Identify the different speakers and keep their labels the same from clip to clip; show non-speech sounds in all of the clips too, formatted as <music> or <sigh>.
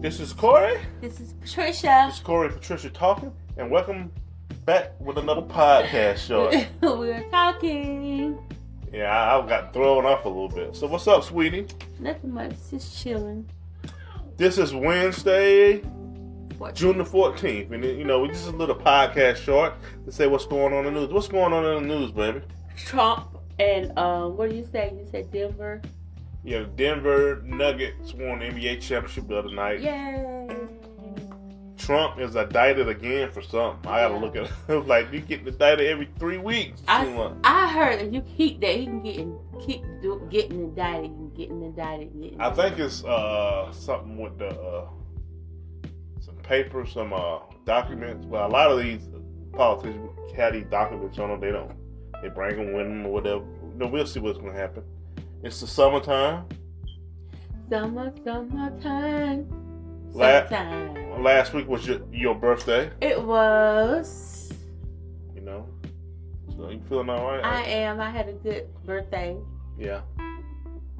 Speaker 1: This is Corey.
Speaker 2: This is Patricia. <laughs>
Speaker 1: It's Corey and Patricia talking, and welcome back with another podcast show.
Speaker 2: we were talking.
Speaker 1: yeah, I, I got thrown off a little bit. So what's up, sweetie?
Speaker 2: Nothing much, just chilling.
Speaker 1: This is Wednesday,
Speaker 2: What?
Speaker 1: June the fourteenth, and you know we just a little podcast short to say what's going on in the news. What's going on in the news, baby?
Speaker 2: Trump and uh, what do you say? You said Denver.
Speaker 1: Yeah, Denver Nuggets won the NBA championship the other night.
Speaker 2: Yay!
Speaker 1: Trump is indicted again for something. I gotta look at <laughs> it. like you get indicted every three weeks.
Speaker 2: I,
Speaker 1: two months.
Speaker 2: I heard if you keep that, he can get in, keep do, getting indicted and getting indicted. and Getting
Speaker 1: I think it's uh something with the uh, some paper, some uh documents. Well, a lot of these politicians have these documents on them. They don't. They bring them with them or whatever. No, we'll see what's gonna happen. It's the summertime.
Speaker 2: summer, summertime,
Speaker 1: La-
Speaker 2: summertime.
Speaker 1: Last week was your, your birthday.
Speaker 2: It was.
Speaker 1: You know. So you feeling all right?
Speaker 2: I am. I had a good birthday.
Speaker 1: yeah.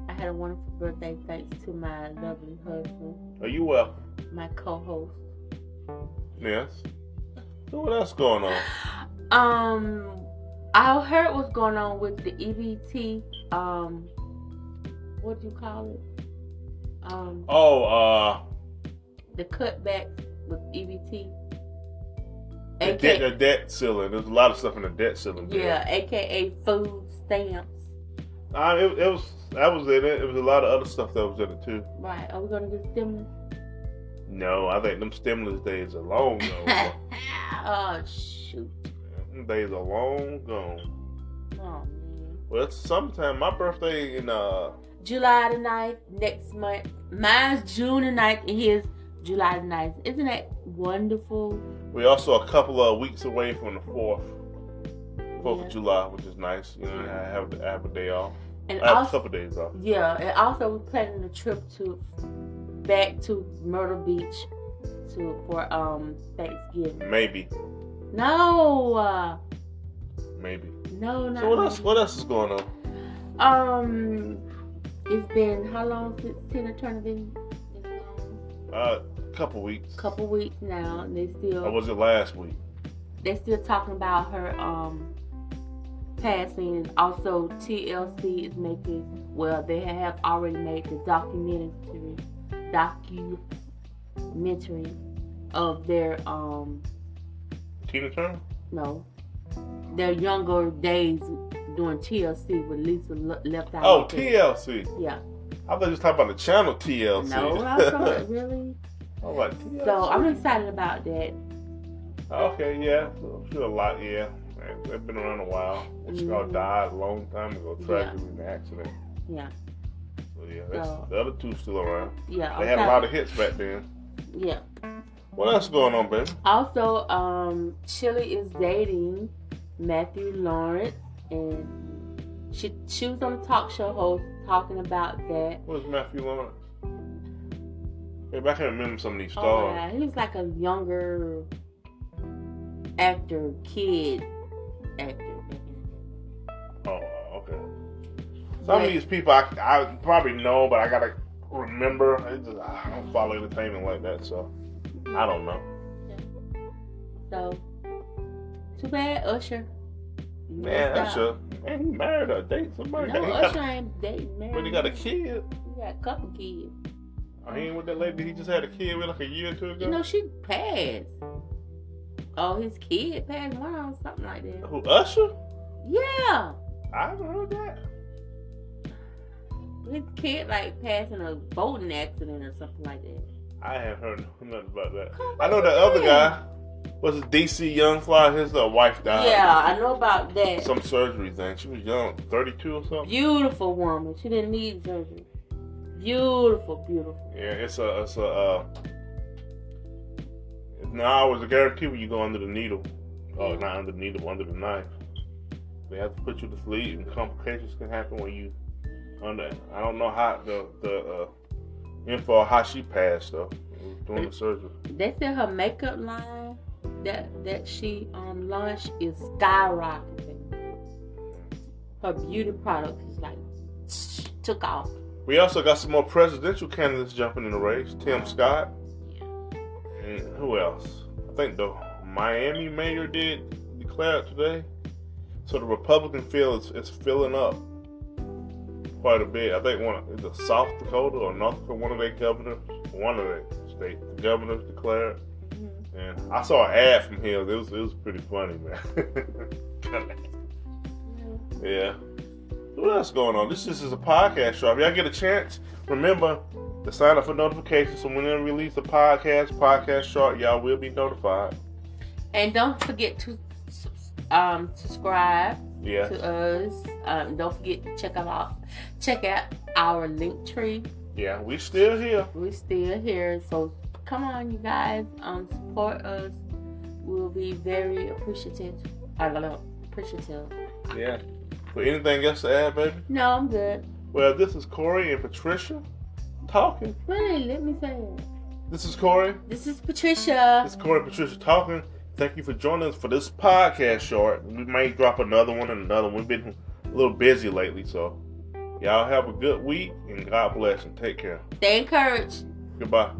Speaker 2: I had a wonderful birthday thanks to my lovely husband,
Speaker 1: Are you well?
Speaker 2: my co-host.
Speaker 1: Yes. So what else going on?
Speaker 2: Um, I heard what's going on with the EBT. Um, what do you call it? Um,
Speaker 1: Oh, uh,
Speaker 2: the cutback with E EBT.
Speaker 1: the debt, the debt ceiling. There's a lot of stuff in the debt ceiling. bill.
Speaker 2: yeah, aka food stamps.
Speaker 1: Uh, it, it was I was in it. It was a lot of other stuff that was in it too.
Speaker 2: Right? Are we gonna get stimulus?
Speaker 1: No, I think them stimulus days are long
Speaker 2: <laughs>
Speaker 1: gone.
Speaker 2: oh shoot!
Speaker 1: them days are long gone.
Speaker 2: Oh man.
Speaker 1: Well, it's summertime. My birthday in uh
Speaker 2: July the 9th, next month. Mine's June the 9th, and his July the 9th. Isn't that wonderful?
Speaker 1: we also a couple of weeks away from the fourth, Fourth
Speaker 2: Yeah.
Speaker 1: of July, which is nice. You know, I have I have a day off.
Speaker 2: And
Speaker 1: I have
Speaker 2: also,
Speaker 1: a couple days off.
Speaker 2: Yeah, and also we're planning a trip to back to Myrtle Beach to for um Thanksgiving.
Speaker 1: Maybe,
Speaker 2: No, uh,
Speaker 1: maybe.
Speaker 2: no, not
Speaker 1: So what
Speaker 2: me.
Speaker 1: else? What else is going on?
Speaker 2: Um, it's been how long since Tina Turner been? been gone?
Speaker 1: Uh, a couple weeks.
Speaker 2: Couple weeks now, and they still
Speaker 1: Or was it last week?
Speaker 2: they still talking about her um passing and also TLC is making well they have already made the documentary documentary of their um
Speaker 1: Tina Turner.
Speaker 2: no their younger days doing TLC with Lisa Le- left out
Speaker 1: Oh,
Speaker 2: of it.
Speaker 1: TLC.
Speaker 2: yeah
Speaker 1: I thought you was talking about the channel TLC.
Speaker 2: no I
Speaker 1: <laughs>
Speaker 2: was like, really
Speaker 1: I'm like, TLC.
Speaker 2: so I'm excited about that
Speaker 1: Okay, yeah, I'm sure a lot, yeah. Man, They've been around a while. Which all
Speaker 2: Mhm.
Speaker 1: died a long time ago,
Speaker 2: Yeah.
Speaker 1: tragically in an accident.
Speaker 2: yeah
Speaker 1: So yeah, that's,
Speaker 2: So-
Speaker 1: the other two still around.
Speaker 2: yeah
Speaker 1: They
Speaker 2: I'm
Speaker 1: had a
Speaker 2: kind-
Speaker 1: lot of hits back then.
Speaker 2: yeah
Speaker 1: What else going on, baby?
Speaker 2: Also, um, Chili is dating Matthew Lawrence, and she she was on the talk show host talking about that.
Speaker 1: Where's Matthew Lawrence? Baby, I can't remember some of these
Speaker 2: Oh,
Speaker 1: stars.
Speaker 2: yeah, he's like a younger actor, kid actor.
Speaker 1: Oh, okay. Some
Speaker 2: But-
Speaker 1: of these people I, I probably know, but I gotta remember. I, just, I don't follow entertainment like that, so I don't know.
Speaker 2: So too bad, Usher. You
Speaker 1: Man,
Speaker 2: messed
Speaker 1: that's
Speaker 2: up.
Speaker 1: a man. He married or dating somebody.
Speaker 2: No,
Speaker 1: He got-
Speaker 2: Usher ain't dating man.
Speaker 1: but he got a kid.
Speaker 2: He got a couple kids.
Speaker 1: I ain't with that lady. Oh, He just had a kid with like a year or two ago.
Speaker 2: You know, she passed. Oh, his kid passed one or something like that.
Speaker 1: Who Usher?
Speaker 2: Yeah.
Speaker 1: I haven't heard that.
Speaker 2: His kid like passing a boating accident or something like that.
Speaker 1: I haven't heard nothing about that.
Speaker 2: Come
Speaker 1: I know the
Speaker 2: on.
Speaker 1: other guy was it DC Young Fly. His uh, wife died.
Speaker 2: Yeah, I know about that.
Speaker 1: Some surgery thing. She was young, thirty-two or something.
Speaker 2: beautiful woman. She didn't need surgery. Beautiful, beautiful.
Speaker 1: Yeah, it's a it's a. Uh, no, it was a guarantee when you go under the needle. Oh, not under the needle, under the knife. They have to put you to sleep, and complications can happen when you under. I don't know how the the uh, info on how she passed though during the surgery.
Speaker 2: They said her makeup line that that she um launched is skyrocketing. Her beauty products is like took off.
Speaker 1: We also got some more presidential candidates jumping in the race. Tim Scott, and who else? I think the Miami mayor did declare it today. So the Republican field is, is filling up quite a bit. I think one is it South Dakota or North Dakota, one of their governors, one of their state governors declared. And I saw an ad from him. It was it was pretty funny, <laughs> man. yeah. What else going on? This, this is a podcast show. If y'all get a chance, remember to sign up for notifications. So when they release a podcast, podcast short, y'all will be notified.
Speaker 2: And don't forget to subs- um, subscribe
Speaker 1: Yeah.
Speaker 2: to us. Um, don't forget to check out our, check out our link tree.
Speaker 1: Yeah, we still here.
Speaker 2: We're still here, so come on, you guys. Um, support us. We'll be very appreciative. I don't know, appreciative.
Speaker 1: Yeah. But anything else to add, baby?
Speaker 2: No, I'm good.
Speaker 1: Well, this is Corey and Patricia talking.
Speaker 2: Really, let me say it.
Speaker 1: This is Corey.
Speaker 2: This is Patricia.
Speaker 1: This is Corey and Patricia talking. Thank you for joining us for this podcast short. We may drop another one and another one. We've been a little busy lately, so y'all have a good week and God bless and take care.
Speaker 2: Stay encouraged.
Speaker 1: Goodbye.